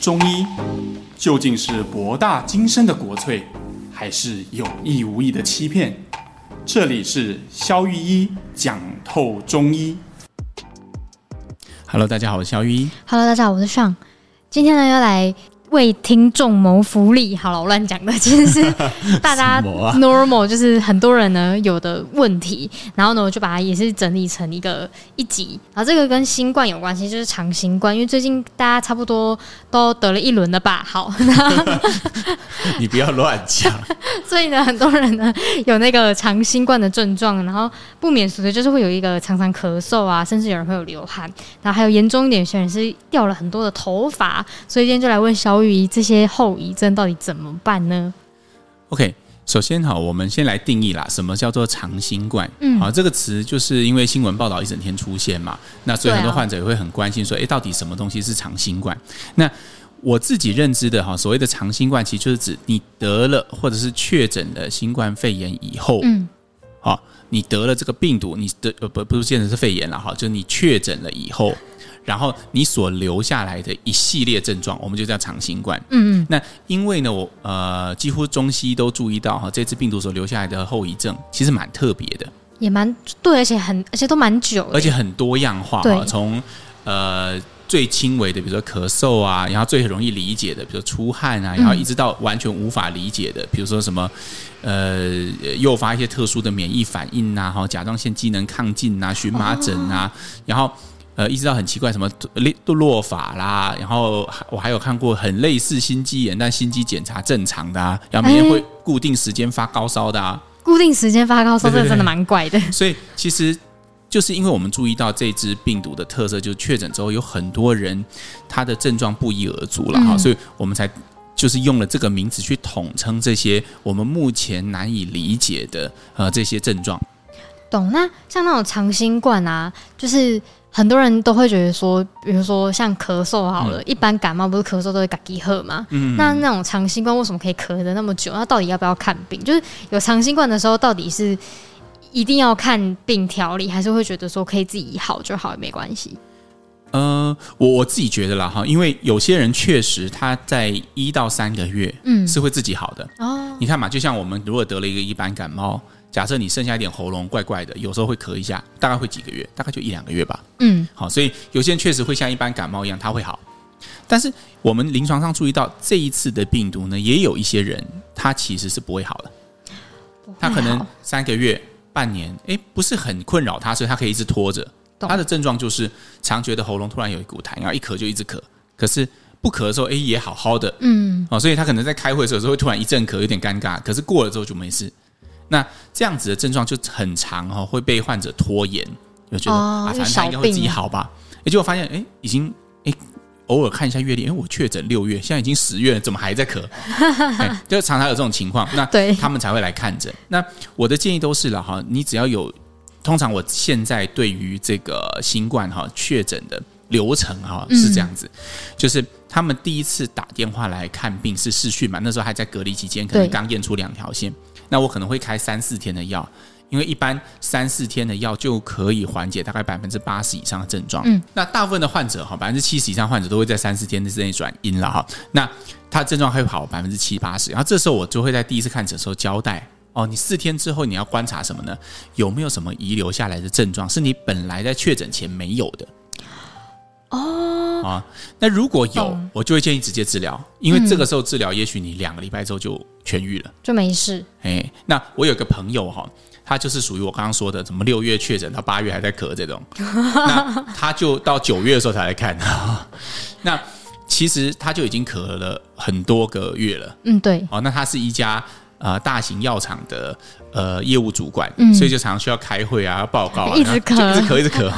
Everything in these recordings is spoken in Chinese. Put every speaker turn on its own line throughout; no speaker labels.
中医究竟是博大精深的国粹，还是有意无意的欺骗？这里是肖玉一讲透中医。Hello，大家好，我是肖玉一。
Hello，大家好，我是尚。今天呢，要来为听众谋福利。好了，我乱讲的，其 实是大家
什么啊
normal，就是很多人呢有的问题，然后呢，我就把它也是整理成一个一集。然后这个跟新冠有关系，就是长新冠，因为最近大家差不多都得了一轮了吧？好，
你不要乱讲，
所以呢，很多人呢有那个长新冠的症状，然后不免俗的就是会有一个常常咳嗽啊，甚至有人会有流汗，然后还有严重一点，有些人是掉了很多的头发，所以今天就来问小雨这些后遗症到底怎么办呢？
OK，首先哈，我们先来定义啦，什么叫做长新冠？
嗯
好，这个词就是因为新闻报道一整天出现嘛，那所以
对啊
很多患者也会很关心说，诶，到底什么东西是长新冠？那我自己认知的哈，所谓的长新冠，其实就是指你得了或者是确诊了新冠肺炎以后，
嗯，
好，你得了这个病毒，你得呃不不是见得是肺炎了哈，就是你确诊了以后，然后你所留下来的一系列症状，我们就叫长新冠。
嗯嗯，
那因为呢，我呃几乎中西都注意到哈，这次病毒所留下来的后遗症其实蛮特别的，
也蛮对，而且很而且都蛮久的，
而且很多样化
对
哈，从呃。最轻微的，比如说咳嗽啊，然后最容易理解的，比如说出汗
嗯
啊，然后一直到完全无法理解的，比如说什么，呃，诱发一些特殊的免疫反应呐、哈，甲状腺机能亢进呐、荨麻疹
哦
啊，然后呃，一直到很奇怪什么堕落法啦，然后我还有看过很类似心肌炎，但心肌检查正常的啊，然后
哎
每天会固定时间发高烧的啊，
固定时间发高烧，
对
这
对
个真的
对
蛮怪的。
所以其实就是因为我们注意到这只病毒的特色，就是确诊之后有很多人他的症状不一而足了哈、
嗯
所以我们才就是用了这个名词去统称这些我们目前难以理解的呃这些症状。
懂。那像那种长新冠啊，就是很多人都会觉得说，比如说像咳嗽好
嗯
了，一般感冒不是咳嗽都会嘎叽喝嘛？那那种长新冠为什么可以咳得那么久？啊那到底要不要看病？就是有长新冠的时候，到底是一定要看病调理，还是会觉得说可以自己好就好，也没关系？
呃，我我自己觉得啦哈，因为有些人确实他在一到三个月
嗯，
是会自己好的。
哦，
你看嘛，就像我们如果得了一个一般感冒，假设你剩下一点喉咙怪怪的，有时候会咳一下，大概会几个月，大概就一两个月吧。
嗯，
好，所以有些人确实会像一般感冒一样，他会好。但是我们临床上注意到，这一次的病毒呢，也有一些人他其实是不会好的，他可
不太啊
能
好
三个月、半年，诶，不是很困扰他，所以他可以一直拖着。
懂
他的症状就是常觉得喉咙突然有一股痰，然后一咳就一直咳，可是不咳的时候，诶，也好好的，
嗯，
哦，所以他可能在开会的时候有时候会突然一阵咳，有点尴尬，可是过了之后就没事。那这样子的症状就很长哈、哦，会被患者拖延，就觉得、
哦
啊，
因
反正
为
他
小
应该会自
病
己好吧。诶结果发现，哎，已经哎，偶尔看一下月历，哎，我确诊六月，现在已经十月了，怎么还在咳？哎就常常有这种情况，那
对
他们才会来看诊。那我的建议都是了哈，你只要有，通常我现在对于这个新冠哈确诊的流程哈
嗯
是这样子，就是他们第一次打电话来看病是视讯嘛，那时候还在隔离期间，可能
对
刚验出两条线，那我可能会开三四天的药。因为一般三四天的药就可以缓解大概百分之八十以上的症状。
嗯，
那大部分的患者哈，百分之七十以上患者都会在三四天之内转阴了哈。那他症状会好百分之七八十，然后这时候我就会在第一次看诊的时候交代哦，你四天之后你要观察什么呢？有没有什么遗留下来的症状是你本来在确诊前没有的？
哦，
啊，那如果有
懂，
我就会建议直接治疗，因为这个时候治疗，也许你两个礼拜之后就痊愈了。
就没事。
哎，那我有个朋友哈、他就是属于我刚刚说的，什么六月确诊到八月还在咳 这种，那他就到九月的时候才来看。 那其实他就已经咳了很多个月了。
嗯，对，
哦，那他是一家呃大型药厂的呃业务主管，
嗯
所以就常常需要开会啊、报告啊，
一直
然后就
咳
一直咳，一直咳。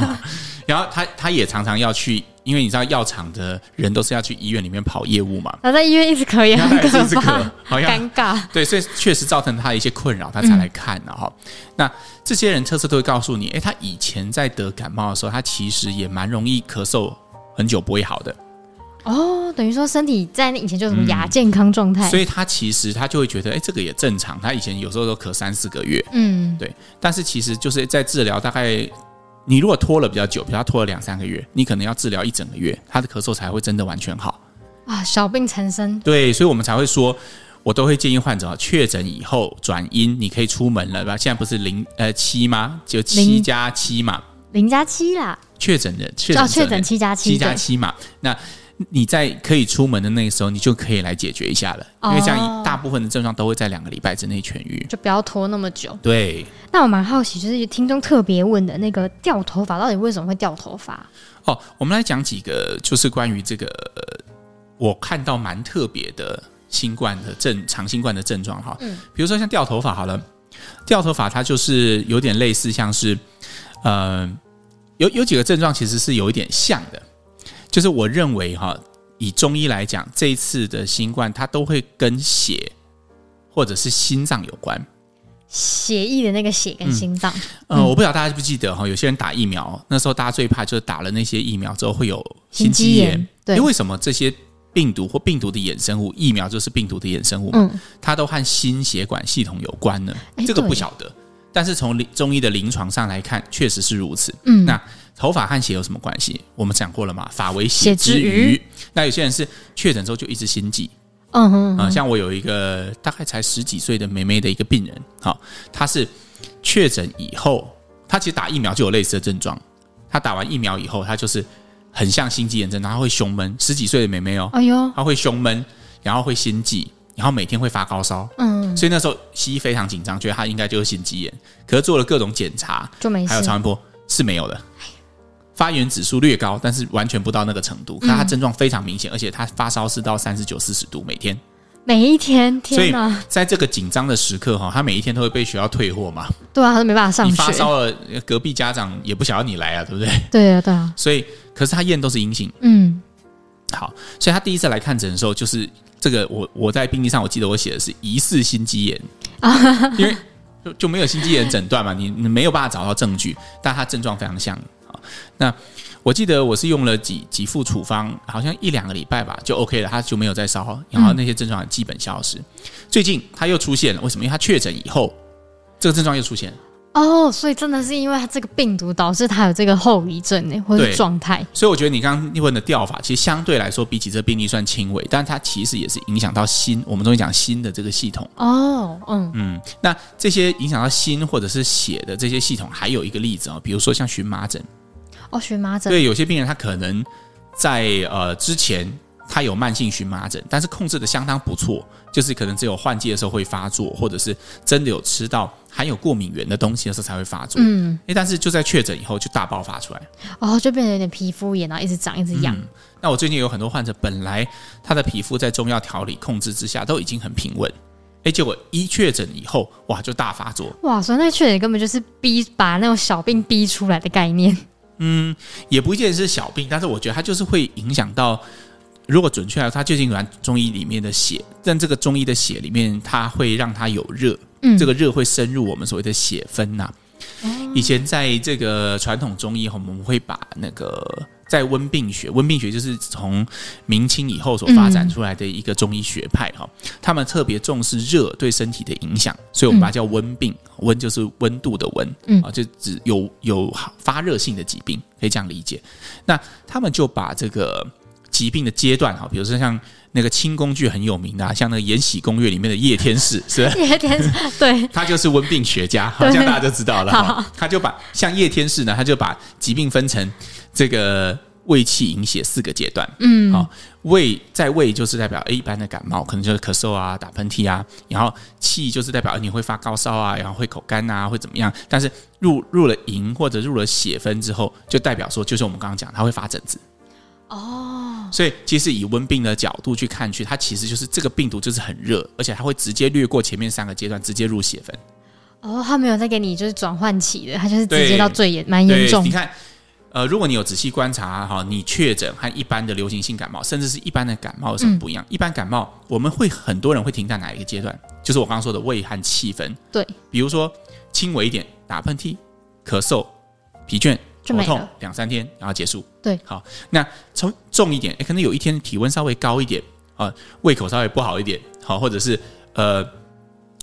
然后他他也常常要去，因为你知道药厂的人都是要去医院里面跑业务嘛，
然后在医院一 直咳也
然
很
后他也是
可
一直
怕
咳，，好像
尴 尬。嗯
对，所以确实造成他的一些困扰，他才来看的哈、那这些人特色都会告诉你，诶，他以前在得感冒的时候，他其实也蛮容易咳嗽很久不会好的，
哦，等于说身体在那以前就是什么亚健康状态，
嗯所以他其实他就会觉得，诶，这个也正常。他以前有时候都咳三四个月，
嗯，
对，但是其实就是在治疗，大概你如果拖了比较久，比如他拖了两三个月，你可能要治疗一整个月，他的咳嗽才会真的完全好。
啊，小病缠身，
对，所以我们才会说，我都会建议患者啊，确诊以后转阴，你可以出门了吧？现在不是零呃七吗？就七
零
加七嘛，
零加七啦，
确诊的确
哦
诊
确诊七加
七
七
加
对
七嘛。那你在可以出门的那个时候，你就可以来解决一下了，因为像
哦
大部分的症状都会在两个礼拜之内痊愈。
就不要拖那么久。
对，
那我蛮好奇，就是听众特别问的那个掉头发，到底为什么会掉头发？
哦，我们来讲几个，就是关于这个，呃我看到蛮特别的新冠的症，长新冠的症状哈。嗯，比如说像掉头发好了，掉头发它就是有点类似像是，呃，有有几个症状其实是有一点像的，就是我认为哈，以中医来讲，这一次的新冠它都会跟血或者是心脏有关。
血液的那个血跟心脏，
呃，我不知道大家记不记得哈，有些人打疫苗，那时候大家最怕就是打了那些疫苗之后会有
心
肌
肌炎对
因为为什么这些病毒或病毒的衍生物，疫苗就是病毒的衍生物嘛，
嗯，
它都和心血管系统有关呢？
哎
这个不
对
晓得，但是从临中医的临床上来看，确实是如此。
嗯
那头发和血有什么关系？我们讲过了嘛，发为
血之
之
余
余。那有些人是确诊之后就一直心悸，
嗯哼，
啊、像我有一个大概才十几岁的妹妹的一个病人，好、她是确诊以后，她其实打疫苗就有类似的症状，她打完疫苗以后，她就是很像心肌炎症，她会胸闷，十几岁的妹妹哦，
哎呦，
她会胸闷，然后会心悸，然后每天会发高烧，
嗯，
所以那时候西医非常紧张，觉得她应该就是心肌炎，可是做了各种检查，
就没事
还有超音波是没有的。发炎指数略高，但是完全不到那个程度。可是她症状非常明显，而且她发烧是到三十九、四十度每天。
每一天，
所
天
以
哪，
在这个紧张的时刻哈，他每一天都会被学校退货嘛。
对啊，他都没办法上
你发
学，
烧了，隔壁家长也不想要你来啊，对不对？
对啊，对啊，
所以，可是他验都是阴性。
嗯，
好，所以他第一次来看诊的时候，就是这个我我在病历上我记得我写的是疑似心肌炎，因为就就没有心肌炎诊断嘛，你你没有办法找到证据，但他症状非常像。好，那我记得我是用了几几副处方，好像一两个礼拜吧就 OK 了，他就没有再烧，然后那些症状也基本消失。最近他又出现了，为什么？因为他确诊以后，这个症状又出现了，
哦，所以真的是因为他这个病毒导致他有这个后遗症呢，或
对
是状态，
所以我觉得你刚刚问的调法，其实相对来说比起这病例算轻微，但它其实也是影响到心，我们中医讲心的这个系统。
哦，嗯，
嗯，那这些影响到心或者是血的这些系统，还有一个例子啊、哦，比如说像荨麻疹，
哦，荨麻疹，
对，有些病人他可能在呃之前他有慢性荨麻疹，但是控制的相当不错，就是可能只有换季的时候会发作，或者是真的有吃到含有过敏源的东西的时候才会发作。
嗯，
诶，但是就在确诊以后就大爆发出来。
哦，就变得有点皮肤炎，然后一直长，一直
嗯
痒，
那我最近有很多患者，本来他的皮肤在中药调理控制之下都已经很平稳，诶，结果一确诊以后，哇，就大发作。
哇，所以那确诊根本就是逼把那种小病逼出来的概念，
也不一定是小病，但是我觉得它就是会影响到，如果准确来说，它究竟管中医里面的血，但这个中医的血里面，它会让它有热，
嗯，哦
这个热会深入我们所谓的血分呐、以前在这个传统中医，我们会把那个在温病学，温病学就是从明清以后所发展出来的一个中医学派哈、他们特别重视热对身体的影响，所以我们把它叫温病，温就是温度的温，
嗯
啊，就指有有发热性的疾病，可以这样理解。那他们就把这个疾病的阶段哈，比如说像那个清宫剧很有名的、啊，像那个《延禧攻略》里面的叶天士，是吧？
有 点对，
他就是温病学家，好像大家就知道了哈。他就把像叶天士呢，他就把疾病分成这个胃气营血四个阶段。嗯，好、胃在胃就是代表诶一般的感冒，可能就是咳嗽啊、打喷嚏啊，然后气就是代表呃你会发高烧啊，然后会口干啊，会怎么样？但是入入了营或者入了血分之后，就代表说，就是我们刚刚讲，他会发疹子。
哦，
所以，其实以温病的角度去看去，它其实就是这个病毒就是很热，而且它会直接略过前面三个阶段，直接入血分。
哦，他没有再给你就是转换期的，他就是直
对
接到最严，蛮
对，
严重
你，看，呃，如果你有仔细观察哈，你确诊和一般的流行性感冒，甚至是一般的感冒有什
嗯
么不一样？一般感冒我们会很多人会停在哪一个阶段？就是我刚刚说的胃和气氛，
对，
比如说轻微一点，打喷嚏、咳嗽、疲倦。
就
头
没
痛
了
两三天，然后结束。
对，
好，那从重一点，诶可能有一天体温稍微高一点啊、胃口稍微不好一点，好，或者是呃，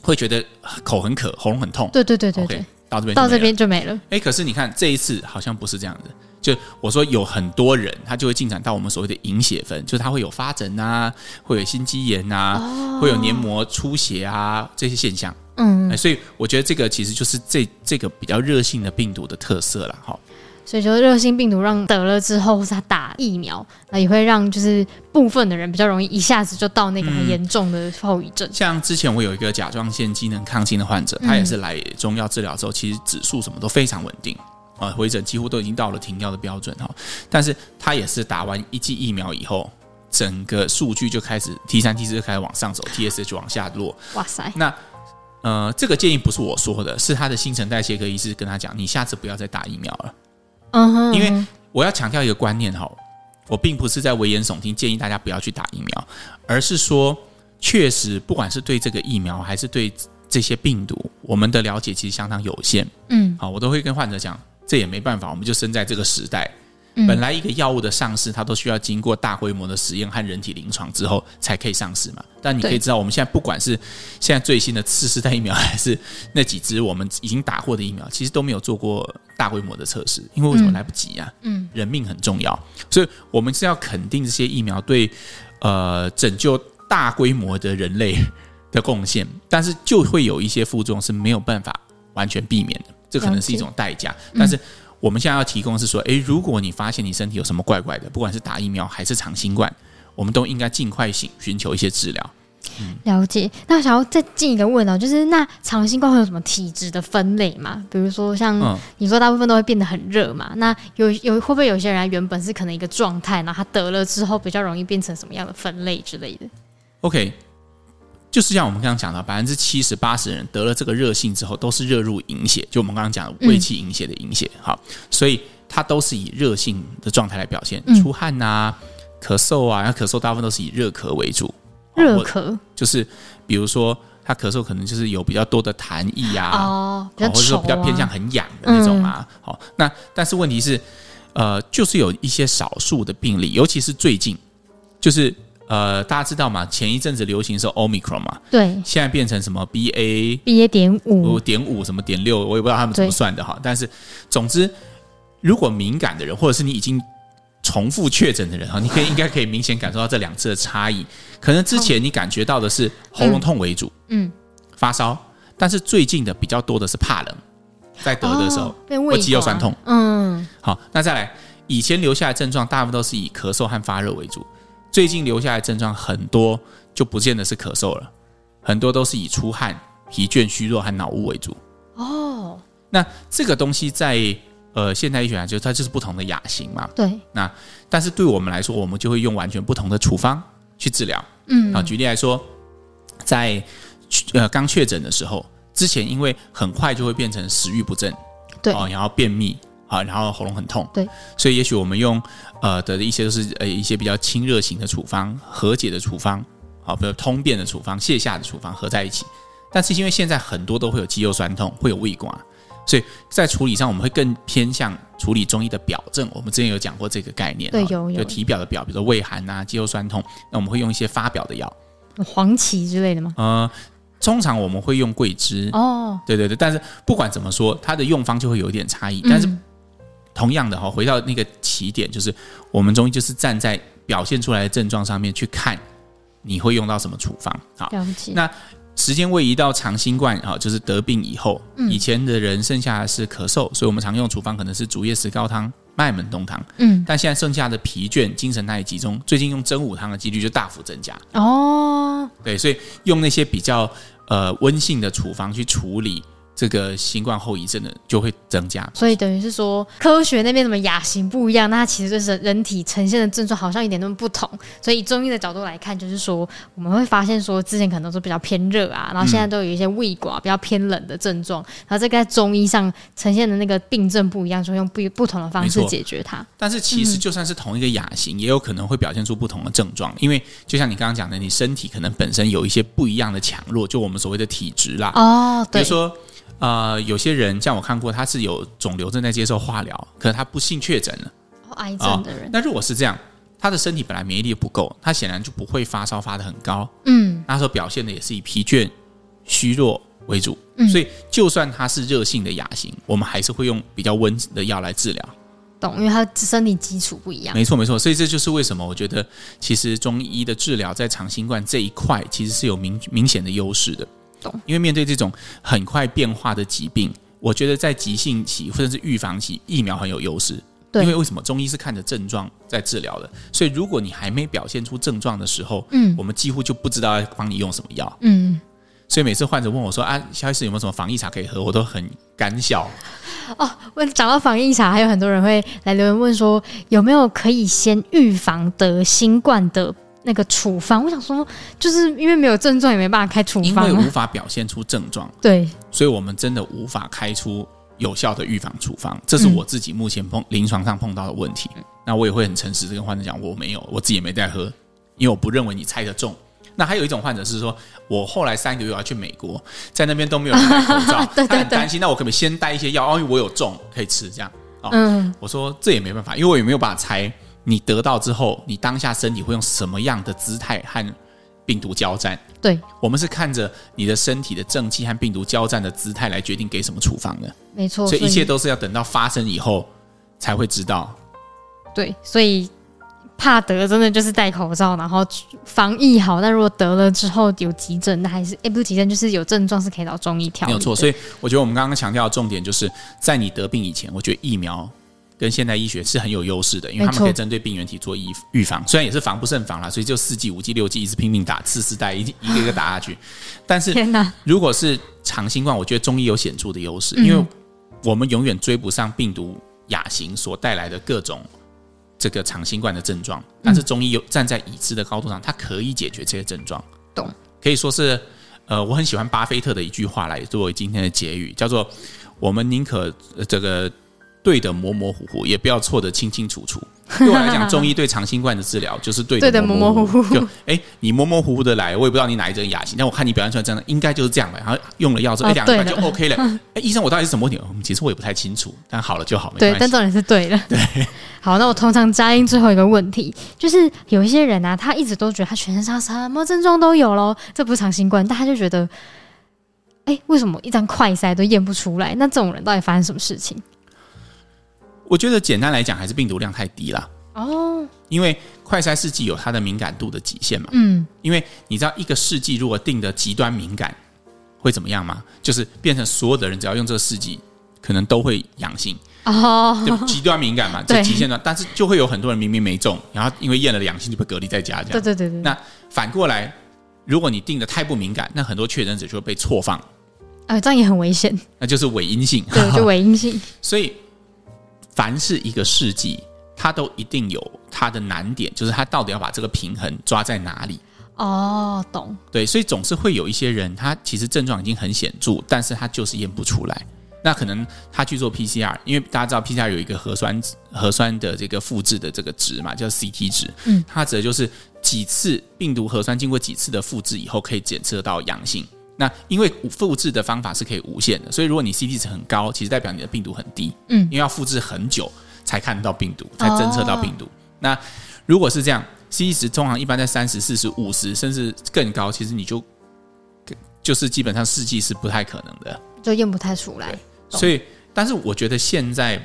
会觉得口很渴，喉咙很痛，
对对对对
OK，
对，
到这边就没
到这
了
边就没了。
哎，可是你看这一次好像不是这样的。就我说有很多人，他就会进展到我们所谓的隐血分，就是他会有发疹啊，会有心肌炎啊，会有黏膜出血啊这些现象。
嗯，
哎，所以我觉得这个其实就是这这个比较热性的病毒的特色啦。哈，
所以就是热性病毒让得了之后，或是他打疫苗，那也会让就是部分的人比较容易一下子就到那个
嗯
很严重的后遗症。
像之前我有一个甲状腺机能亢进的患者，他也是来中药治疗之后，其实指数什么都非常稳定。啊，回诊几乎都已经到了停药的标准哈，但是他也是打完一剂疫苗以后，整个数据就开始 T 三 T 四就开始往上走，TSH 往下落。
哇塞，
那呃，这个建议不是我说的，是他的新陈代谢科医师跟他讲，你下次不要再打疫苗了。
嗯哼，
因为
嗯哼
我要强调一个观念哈，我并不是在危言耸听，建议大家不要去打疫苗，而是说，确实不管是对这个疫苗还是对这些病毒，我们的了解其实相当有限。
嗯
好，我都会跟患者讲，这也没办法，我们就生在这个时代。
嗯
本来一个药物的上市，它都需要经过大规模的实验和人体临床之后才可以上市嘛。但你可以
对
知道，我们现在不管是现在最新的次世代疫苗，还是那几支我们已经打过的疫苗，其实都没有做过大规模的测试，因为为什么
嗯
来不及啊？
嗯
人命很重要，所以我们是要肯定这些疫苗对呃拯救大规模的人类的贡献，但是就会有一些副作用是没有办法完全避免的，这可能是一种代价。但是我们现在要提供的是说，诶，如果你发现你身体有什么怪怪的，不管是打疫苗还是长新冠，我们都应该尽快寻寻求一些治疗。
了解。那想要再进一个问哦，就是那长新冠会有什么体质的分类吗？比如说像
嗯
你说大部分都会变得很热嘛，那有有会不会有些人他原本是可能一个状态，然后他得了之后比较容易变成什么样的分类之
哦
类的？
，OK。就是像我们刚刚讲的，百分之七十八十人得了这个热性之后，都是热入营血，就我们刚刚讲
嗯
的胃气营血的营血，好，所以它都是以热性的状态来表现，
嗯
出汗啊、咳嗽啊，然后咳嗽大部分都是以热咳为主，好
热
或
咳
就是比如说他咳嗽可能就是有比较多的痰液啊，
哦，比
哦
较
或者
稠
说
啊，
比较偏向很痒的那种啊。好、那但是问题是，呃，就是有一些少数的病例，尤其是最近，就是呃，大家知道嘛，前一阵子流行是 Omicron 嘛，
对
现在变成什么 BA
毕业点
五
五，
点五什么点六，我也不知道他们怎么
对
算的哈。但是总之，如果敏感的人，或者是你已经重复确诊的人哈，你可以应该可以明显感受到这两次的差异。可能之前你感觉到的是喉咙痛为主，
嗯，
发烧，但是最近的比较多的是怕冷，在得的时候
哦，变胃
或肌肉
痛啊
酸痛，
嗯，
好，那再来，以前留下来的症状大部分都是以咳嗽和发热为主，最近留下来的症状很多就不见得是咳嗽了，很多都是以出汗、疲倦、虚弱和脑雾为主。
哦，
那这个东西在呃现代医学来说，它就是不同的亚型嘛。
对，
那但是对我们来说，我们就会用完全不同的处方去治疗。
嗯
啊，举例来说，在呃刚确诊的时候，之前因为很快就会变成食欲不振，
对
哦，然后便秘啊，然后喉咙很痛，
对，
所以也许我们用呃的一些都是呃一些比较清热型的处方、和解的处方，好、比如通便的处方、泻下的处方合在一起。但是因为现在很多都会有肌肉酸痛，会有胃刮，所以在处理上我们会更偏向处理中医的表症。我们之前有讲过这个概念，
对
哦
有有
就体表的表，比如说胃寒啊、肌肉酸痛，那我们会用一些发表的药。
黄芪之类的吗？
呃，通常我们会用桂枝，
哦，
对对对，但是不管怎么说，它的用方就会有一点差异。但是
嗯
同样的哈、回到那个起点，就是我们中医就是站在表现出来的症状上面去看你会用到什么处方。好，
了解，
那时间位移到长新冠啊、就是得病以后，以前的人剩下的是咳嗽，所以我们常用处方可能是竹叶石膏汤、麦门冬汤，
嗯，
但现在剩下的疲倦、精神难以集中，最近用真武汤的几率就大幅增加。
哦，
对，所以用那些比较呃温性的处方去处理这个新冠后遗症的，就会增加。
所以等于是说，科学那边怎么亚型不一样，那它其实就是人体呈现的症状好像一点都不同。所以以中医的角度来看，就是说我们会发现说，之前可能都是比较偏热啊，然后现在都有一些胃寡、比较偏冷的症状，然后这个在中医上呈现的那个病症不一样，就用不不同的方
没
式
错
解决它。
但是其
嗯
实就算是同一个亚型，也有可能会表现出不同的症状，因为就像你刚刚讲的，你身体可能本身有一些不一样的强弱，就我们所谓的体质啦。
哦，
比
对
如，说，呃，有些人像我看过，他是有肿瘤正在接受化疗，可能他不幸确诊了。
哦癌症的人，
那如果是这样，他的身体本来免疫力不够，他显然就不会发烧发得很高，
嗯，
那时候表现的也是以疲倦、虚弱、为主，
嗯
所以就算它是热性的亚型，我们还是会用比较温的药来治疗。
懂，因为它身体基础不一样。
没错，没错。所以这就是为什么我觉得，其实中医的治疗在长新冠这一块，其实是有明明显的优势的。
懂，
因为面对这种很快变化的疾病，我觉得在急性期或者是预防期，疫苗很有优势。
对
因为为什么中医是看着症状在治疗的，所以如果你还没表现出症状的时候，
嗯
我们几乎就不知道要帮你用什么药。
嗯，
所以每次患者问我说：“啊，肖医师有没有什么防疫茶可以喝？”我都很干笑。
哦，问讲到防疫茶，还有很多人会来留言问说有没有可以先预防得新冠的那个处方？我想说，就是因为没有症状也没办法开处
因
方
为
啊
无。法表现出症状，
对，
所以我们真的无法开出有效的预防处方。这是我自己目前碰临床上碰到的问题。
嗯
那我也会很诚实的跟患者讲，我没有，我自己也没在喝，因为我不认为你猜得中。那还有一种患者是说，我后来三个月我要去美国，在那边都没有人戴口 罩，
对对
他很
对
担心。那我可不可以先带一些药？哦，因为我有中，可以吃这样。哦，
嗯，
我说这也没办法，因为我也没有办法猜你得到之后，你当下身体会用什么样的姿态和病毒交战。
对，
我们是看着你的身体的正气和病毒交战的姿态来决定给什么处方的，
没错，
所以一切都是要等到发生以后才会知道。
对，所以怕得真的就是戴口罩，然后防疫好。但如果得了之后有急诊，那还是哎、诶不是急诊，就是有症状是可以到中医调
没
理的。
有错，所以我觉得我们刚刚强调的重点就是在你得病以前，我觉得疫苗跟现代医学是很有优势的，因为他
没
们
错
可以针对病原体做预预防，虽然也是防不胜防啦，所以就四剂、五剂、六剂一直拼命打，次世代一一个一个打下去。但是
天哪，
如果是长新冠，我觉得中医有显著的优
嗯
势，因为我们永远追不上病毒亚型所带来的各种这个长新冠的症状，但是中医有站在已知的高度上，它可以解决这些症状。
懂，
可以说是，呃，我很喜欢巴菲特的一句话来作为今天的结语，叫做“我们宁可、呃这个对的模模糊糊，也不要错的清清楚楚”。对我来讲，中医对长新冠的治疗就是对
对的
模
模模
糊
糊糊
就 哎，你模模糊糊的来，我也不知道你哪一针亚型，但我看你表现出来真的应该就是这样吧。然后用了药之后，
哦
哎，两个礼拜
对
就
了
OK 了。 哎，医生，我到底是什么问题？嗯其实我也不太清楚，但好了就好，没
对，
关
但
系。
重点是对的。对， 好，那我通常扎音最后一个问题，就是有一些人啊，他一直都觉得他全身上下什么症状都有咯，这不是长新冠，但他就觉得，哎、为什么一张快筛都验不出来？那这种人到底发生什么事情？
我觉得简单来讲，还是病毒量太低啦，
哦，
因为快筛试剂有它的敏感度的极限嘛。
嗯，
因为你知道一个试剂如果定的极端敏感，会怎么样吗？就是变成所有的人只要用这个试剂，可能都会阳性，
哦，
就极端敏感嘛，
对
这极限端。但是就会有很多人明明没中，然后因为验了阳性就被隔离在家，这
对
样。
对对对，
那反过来，如果你定的太不敏感，那很多确诊者就会被错放，
啊，这样也很 危险，
那就是伪阴性。
对，就伪阴性，
所以，凡是一个试剂，它都一定有它的难点，就是它到底要把这个平衡抓在哪里。
哦，懂，
对，所以总是会有一些人，他其实症状已经很显著，但是他就是验不出来。那可能他去做 PCR，因为大家知道 PCR 有一个核酸核酸的这个复制的这个值嘛，叫 CT 值。
嗯，
它指的就是几次病毒核酸经过几次的复制以后，可以检测到阳性。那因为复制的方法是可以无限的，所以如果你 CT 值很高，其实代表你的病毒很低。
嗯
因为要复制很久才看到病毒，才侦测到病
哦
毒。那如果是这样，CT 值通常一般在三十、四十、五十，甚至更高，其实你就就是基本上试剂是不太可能的。
就验不太出来，懂
所以，但是我觉得现在，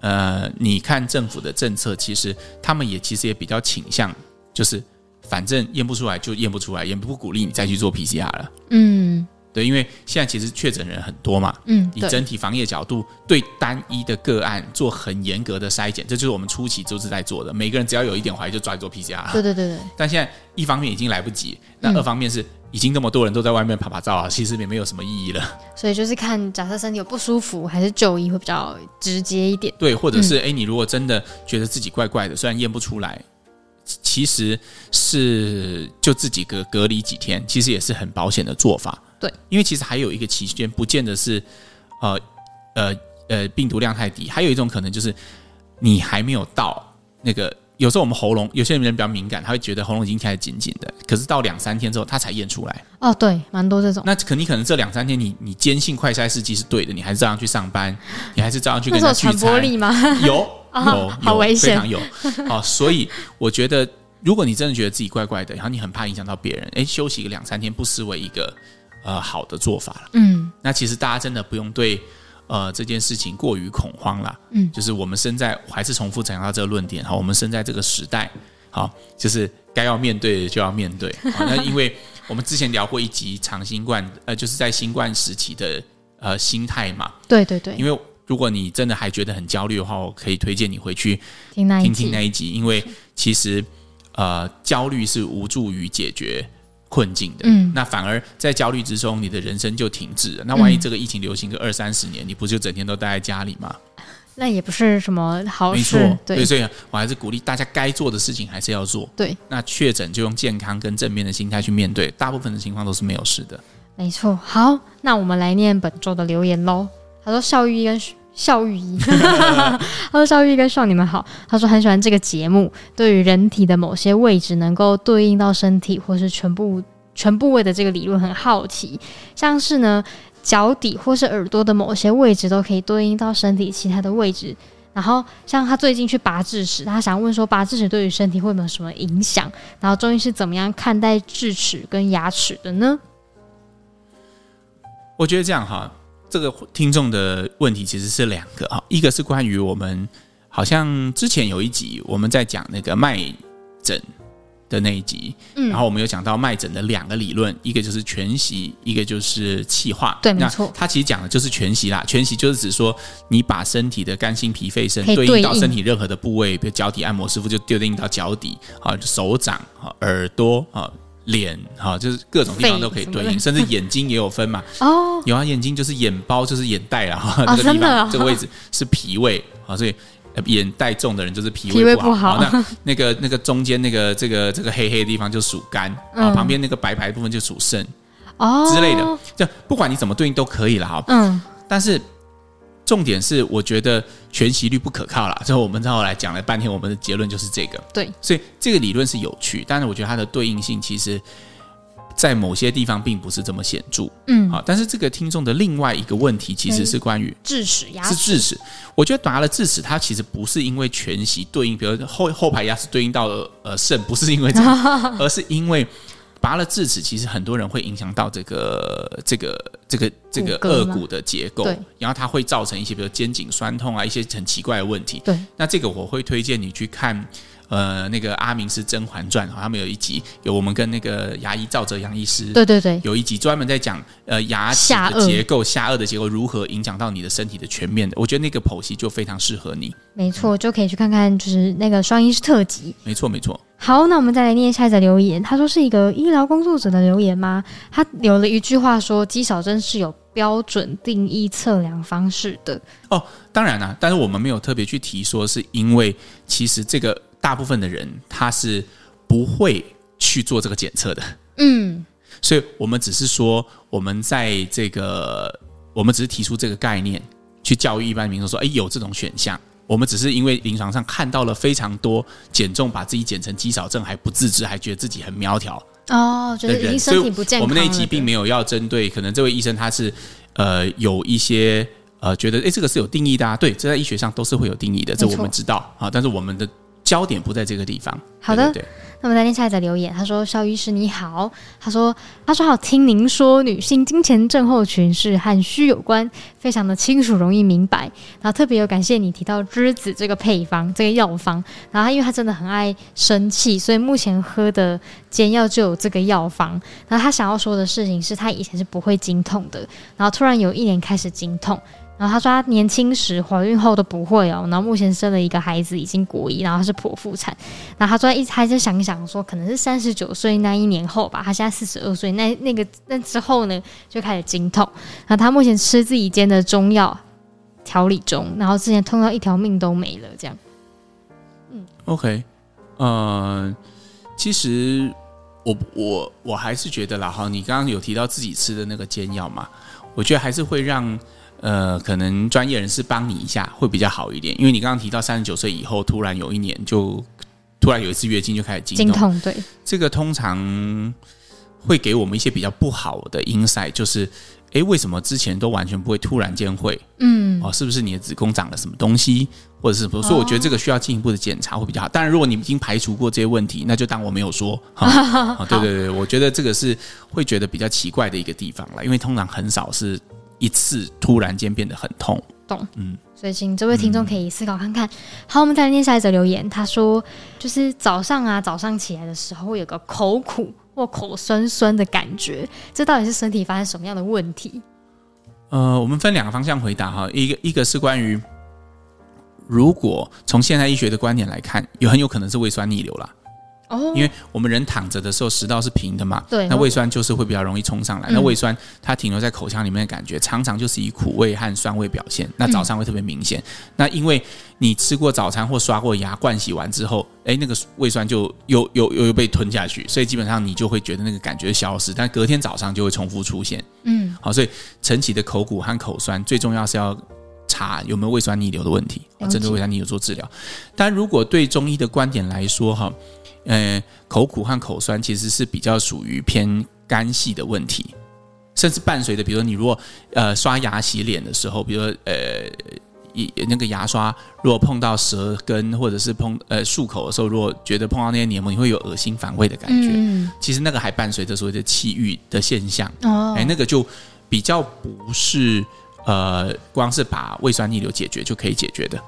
呃，你看政府的政策，其实他们也其实也比较倾向，就是反正验不出来就验不出来，也不鼓励你再去做 PCR 了。
嗯
对，因为现在其实确诊人很多嘛，
嗯，
以
对，
整体防疫的角度，对单一的个案做很严格的筛检，这就是我们初期就是在做的。每个人只要有一点怀疑，就抓去做 PCR 了
对对对对，
但现在一方面已经来不及，那二方面是已经那么多人都在外面拍拍照啊，其实也没有什么意义了。
所以就是看，假设身体有不舒服，还是就医会比较直接一点，
对，或者
嗯
是哎、诶你如果真的觉得自己怪怪的，虽然验不出来，其其实是就自己隔隔离几天，其实也是很保险的做法。
对，
因为其实还有一个期间，不见得是呃呃呃病毒量太低，还有一种可能就是你还没有到那个。有时候我们喉咙，有些人比较敏感，他会觉得喉咙已经开始紧紧的，可是到两三天之后，他才验出来。
哦，对，蛮多这种。
那肯定可能这两三天你你坚信快筛试剂是对的，你还是照样去上班，你还是照样去跟
那是有
人家聚
传播
餐，
力吗？
有
啊
有，
好
有
危
非
险
常有啊！所以我觉得，如果你真的觉得自己怪怪的，然后你很怕影响到别人，诶，休息个两三天不失为一个呃好的做法了。
嗯
那其实大家真的不用对呃这件事情过于恐慌啦。
嗯
就是我们身在，还是重复讲到这个论点哈，我们身在这个时代，好，就是该要面对的就要面对。好，那因为我们之前聊过一集长新冠，呃，就是在新冠时期的呃心态嘛，
对对对，
因为。如果你真的还觉得很焦虑的话，我可以推荐你回去
听那一
听听
集
那一集，因为其实呃，焦虑是无助于解决困境的。
嗯
那反而在焦虑之中，你的人生就停滞了。那万一这个疫情流行个二三十年，你不就整天都待在家里吗？
那也不哦是什么好
没
事
错，，
对
所以我还是鼓励大家该做的事情还是要做。
对，
那确诊就用健康跟正面的心态去面对，大部分的情况都是没有事的。
没错。好，那我们来念本周的留言喽。他说校医跟校育医，他说校育医跟少你们好。他说很喜欢这个节目，对于人体的某些位置能够对应到身体或是全部全部位的这个理论很好奇，像是呢脚底或是耳朵的某些位置都可以对应到身体其他的位置。然后，像他最近去拔智齿，他想问说拔智齿对于身体会有没有什么影响？然后中医是怎么样看待智齿跟牙齿的呢？
我觉得这样哈，这个听众的问题其实是两个哈，一个是关于我们好像之前有一集我们在讲那个脉诊的那一集，
嗯
然后我们有讲到脉诊的两个理论，一个就是全息，一个就是气化。
对没
那
错
它其实讲的就是全息啦，全息就是指说你把身体的肝、心、脾、肺、肾
可
对
以
应到
对应
身体任何的部位，比如脚底按摩师傅就对应到脚底啊，手掌啊、耳朵啊。脸哈，就是各种地方
肺
都可以
什么
对
的
应，甚至眼睛也有分嘛。
哦，
有啊，眼睛就是眼包，就是眼袋啦， 哈、这个地
真的
方、
哦
这个位置是脾胃 啊，所以呃眼袋重的人就是脾
脾胃
不好。
不好
好那那个那个中间那个这个这个黑黑的地方就属肝，啊，
嗯
旁边那个白白的部分就属肾
哦
之类的。。就不管你怎么对应都可以了哈。
嗯，
但是重点是，我觉得全息率不可靠啦。最 后我们后来讲了半天，我们的结论就是这个。
对，
所以这个理论是有趣，但是我觉得它的对应性其实，在某些地方并不是这么显著。
嗯，
好，但是这个听众的另外一个问题其实是关于
智齿、牙
是
齿，
智齿，我觉得拔了智齿，它其实不是因为全息对应，比如后后排牙齿对应到了呃肾，不是因为这 样，而是因为拔了智齿，其实很多人会影响到这个这个这个这个
骨骼
颚
吗
骨的结构
对，
然后它会造成一些比如肩颈酸痛啊，一些很奇怪的问题。
对，
那这个我会推荐你去看。呃，那个阿明是《甄嬛传》哈，他们有一集有我们跟那个牙医赵哲阳医师
对对对，
有一集专门在讲呃牙齿
下
的
颚
结构、下颚的结构如何影响到你的身体的全面的，我觉得那个剖析就非常适合你。
没错，就可以去看看，就是那个双医师特辑。
没错，没错，
好，那我们再来念下一则留言。他说是一个医疗工作者的留言吗？他留了一句话说：“肌少症是有标准定义测量方式的。
当然啦、但是我们没有特别去提说，是因为其实这个大部分的人他是不会去做这个检测的，”
嗯，
所以我们只是说我们在这个，我们只是提出这个概念，去教育一般民众说，哎，有这种选项。我们只是因为临床上看到了非常多减重把自己减成肌少症还不自知，还觉得自己很苗条，
哦，就
的
是已
人，
经
所以
身体不健
我
康了
们
的。
那一集并没有要针对，可能这位医生他是呃有一些呃觉得，诶，这个是有定义的啊，对，这在医学上都是会有定义的，这
没
我
错
们知道啊，但是我们的焦点不在这个地方。
好的
对对对
那么再念下一则留言，他说：“肖医师你好，他说他说好听您说女性金钱症候群是和虚有关，非常的清楚容易明白。然后特别有感谢你提到栀子这个配方这个药方，然后他因为他真的很爱生气，所以目前喝的煎药就有这个药方。然后他想要说的事情是他以前是不会经痛的，然后突然有一年开始经痛。”然后他说他年轻时怀孕后都不会哦，然后目前生了一个孩子，已经国一，然后他是剖腹产，然后他说一直还在想一想说，可能是三十九岁那一年后吧，他现在四十二岁，那那个那之后呢，就开始经痛。然后他目前吃自己煎的中药调理中，然后之前痛到一条命都没了，这样。
OK，呃，其实我我我还是觉得啦，哈，你刚刚有提到自己吃的那个煎药嘛，我觉得还是会让呃，可能专业人士帮你一下会比较好一点，因为你刚刚提到三十九岁以后，突然有一年就突然有一次月经就开始经
经痛对，
这个通常会给我们一些比较不好的 insight，就是诶，为什么之前都完全不会，突然间会？
嗯，
哦，是不是你的子宫长了什么东西，或者是什么？所以我觉得这个需要进一步的检查会比较好。当然，如果你已经排除过这些问题，那就当我没有说。哈啊对对对，我觉得这个是会觉得比较奇怪的一个地方了，因为通常很少是一次突然间变得很痛。
懂。
嗯
所以，请这位听众可以思考看看。好，我们再来念下一则留言。他说，就是早上啊，早上起来的时候会有个口苦或口酸酸的感觉，这到底是身体发生什么样的问题？
呃，我们分两个方向回答哈，一个一个是关于，如果从现代医学的观点来看，有很有可能是胃酸逆流啦。
哦
因为我们人躺着的时候，食道是平的嘛，
对
那胃酸就是会比较容易冲上来。
嗯
那胃酸它停留在口腔里面的感觉，常常就是以苦味和酸味表现。那
嗯
早上会特别明显。那因为你吃过早餐或刷过牙、盥洗完之后，哎，那个胃酸就又又又又被吞下去，所以基本上你就会觉得那个感觉消失，但隔天早上就会重复出现。
嗯，
好，所以晨起的口苦和口酸，最重要是要查有没有胃酸逆流的问题，
了解
针对胃酸逆流做治疗。但如果对中医的观点来说，哈，呃，口苦和口酸其实是比较属于偏肝系的问题，甚至伴随着，比如说你如果呃刷牙洗脸的时候，比如说呃。一那个牙刷，如果碰到舌根或者是碰呃漱口的时候，如果觉得碰到那些黏膜，你会有恶心反胃的感觉。
嗯，
其实那个还伴随着所谓的气郁的现象。
哦，
哎，那个就比较不是呃，光是把胃酸逆流解决就可以解决的。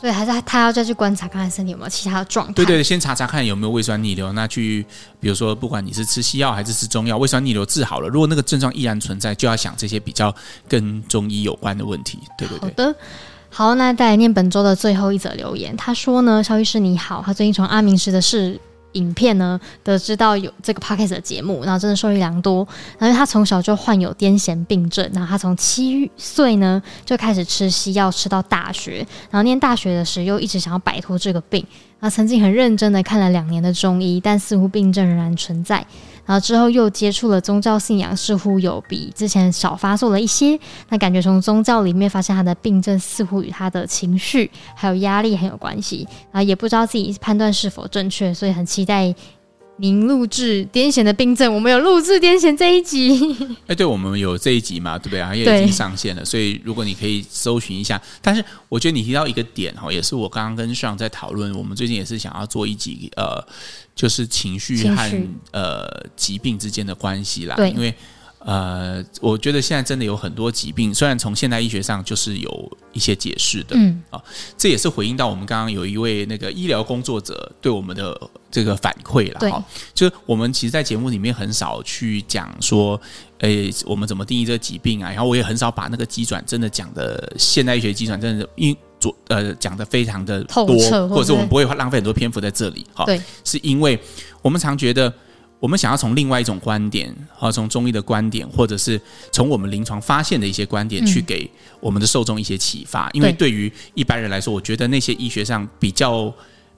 所以还是他他要再去观察看看身体有没有其他的状态。
对对，对先查查看有没有胃酸逆流。那去，比如说，不管你是吃西药还是吃中药，胃酸逆流治好了，如果那个症状依然存在，就要想这些比较跟中医有关的问题。对对
好
对。
的。好，那再来念本周的最后一则留言。他说呢，肖医师你好，他最近从阿明师的事影片呢得知到有这个 podcast 的节目，然后真的受益良多。然后他从小就患有癫痫病症，然后他从七岁呢就开始吃西药，吃到大学，然后念大学的时候又一直想要摆脱这个病。然后曾经很认真的看了两年的中医，但似乎病症仍然存在。然后之后又接触了宗教信仰，似乎有比之前少发作了一些。那感觉从宗教里面发现他的病症似乎与他的情绪还有压力很有关系，然后也不知道自己判断是否正确，所以很期待您录制癫痫的病症。我们有录制癫痫这一集，
哎，对，我们有这一集嘛，对不对啊？也
对
已经上线了，所以如果你可以搜寻一下。但是我觉得你提到一个点哈，也是我刚刚跟上在讨论，我们最近也是想要做一集呃，就是情绪
情
和
绪
呃疾病之间的关系啦。
对
因为呃，我觉得现在真的有很多疾病，虽然从现代医学上就是有一些解释的，
嗯，
这也是回应到我们刚刚有一位那个医疗工作者对我们的这个反馈了
对
哈，就是我们其实，在节目里面很少去讲说，诶，我们怎么定义这个疾病啊，然后我也很少把那个机转真的讲的现代医学机转真的因做呃讲的非常的
透
多，
彻
或者是我们
或者是
不会浪费很多篇幅在这里哈，
对，
是因为我们常觉得。我们想要从另外一种观点，和从中医的观点，或者是从我们临床发现的一些观点，
嗯
去给我们的受众一些启发。因为对于一般人来说，我觉得那些医学上比较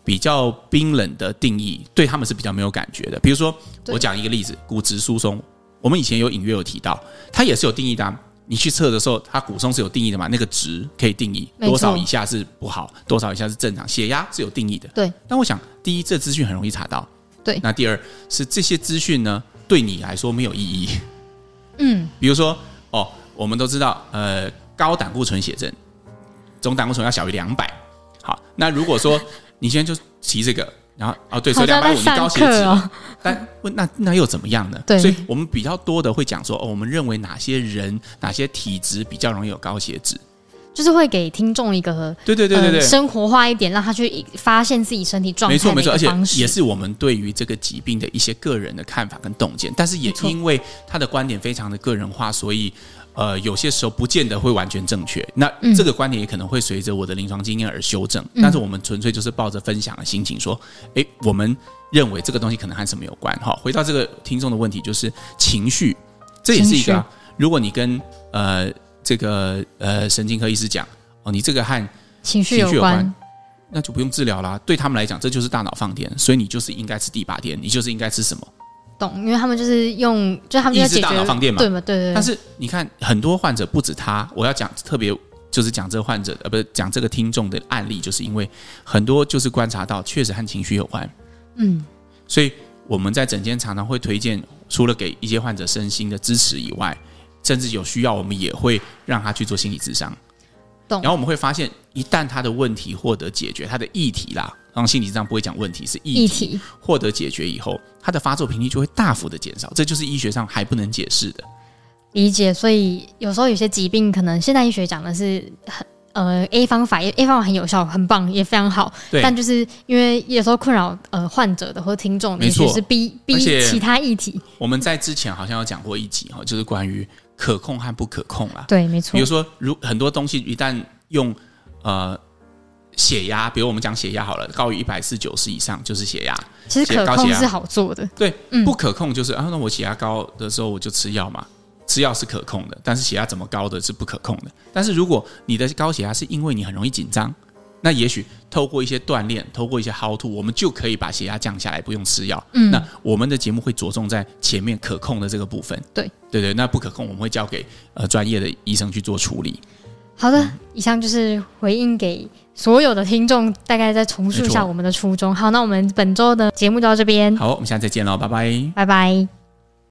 比较冰冷的定义，对他们是比较没有感觉的。比如说，
对
我讲一个例子，骨质疏松，我们以前有隐约有提到，它也是有定义的啊、你去测的时候，它骨松是有定义的嘛？那个值可以定义
没错
多少以下是不好，多少以下是正常，血压是有定义的。
对，
但我想，第一，这资讯很容易查到；
对
那第二是这些资讯呢，对你来说没有意义。
嗯，
比如说，哦，我们都知道，呃，高胆固醇血症，总胆固醇要小于两百。好，那如果 说你现在就提这个，然后哦，对，所
好
以两百
像
五
在
你高
上
血脂
课，哦，
但问那那又怎么样呢？
对
所以我们比较多的会讲说，哦，我们认为哪些人哪些体质比较容易有高血脂？
就是会给听众一个
对对对对对，
呃生活化一点，让他去发现自己身体状态
没错
的
没
一
错，
个
而且
方式，
也是我们对于这个疾病的一些个人的看法跟洞见，但是也
没错
因为他的观点非常的个人化，所以。呃，有些时候不见得会完全正确，那
嗯
这个观点也可能会随着我的临床经验而修正。
嗯
但是我们纯粹就是抱着分享的心情说，诶，我们认为这个东西可能和什么有关？哈，回到这个听众的问题，就是情绪，这也是一个啊、如果你跟呃这个呃神经科医师讲，哦，你这个和
情绪有
情绪有
关，
关那就不用治疗啦。对他们来讲，这就是大脑放电，所以你就是应该吃第八天，你就是应该吃什么。
懂？因为他们就是用，就他们就
抑
要
制
解
大脑
决
放电嘛
对嘛，对对对，
但是你看，很多患者不止他，我要讲特别就是讲这个患者呃，不是讲这个听众的案例，就是因为很多就是观察到确实和情绪有关，
嗯。
所以我们在诊间常常会推荐，除了给一些患者身心的支持以外，甚至有需要，我们也会让他去做心理咨商。
懂
然后我们会发现，一旦他的问题获得解决，他的议题啦，让心理上不会讲问题是
议
议题
题
获得解决以后，他的发作频率就会大幅的减少，这就是医学上还不能解释的。
理解，所以有时候有些疾病，可能现代医学讲的是很呃 A 方法，A 方法很有效，很棒，也非常好，
对，
但就是因为有时候困扰呃患者的或者听众的，
没
也
错
许是 B
而
B
且
其他议题，
我们在之前好像有讲过一集哈，就是关于可控和不可控啦。
对，没错
比如，说，如很多东西一旦用呃血压，比如我们讲血压好了，高于一百四九十以上就是血压，
其实
血
可
高
控
血压
是好做的，
对，
嗯
不可控就是啊，那我血压高的时候我就吃药嘛，吃药是可控的，但是血压怎么高的是不可控的。但是如果你的高血压是因为你很容易紧张，那也许透过一些锻炼，透过一些 how to，我们就可以把血压降下来，不用吃药。
嗯
那我们的节目会着重在前面可控的这个部分。
对，
对对，那不可控我们会交给呃专业的医生去做处理。
好的，
嗯
以上就是回应给所有的听众，大概再重述一
没
下
错
我们的初衷。好，那我们本周的节目就到这边，
好，我们下次再见喽，拜拜。
拜拜。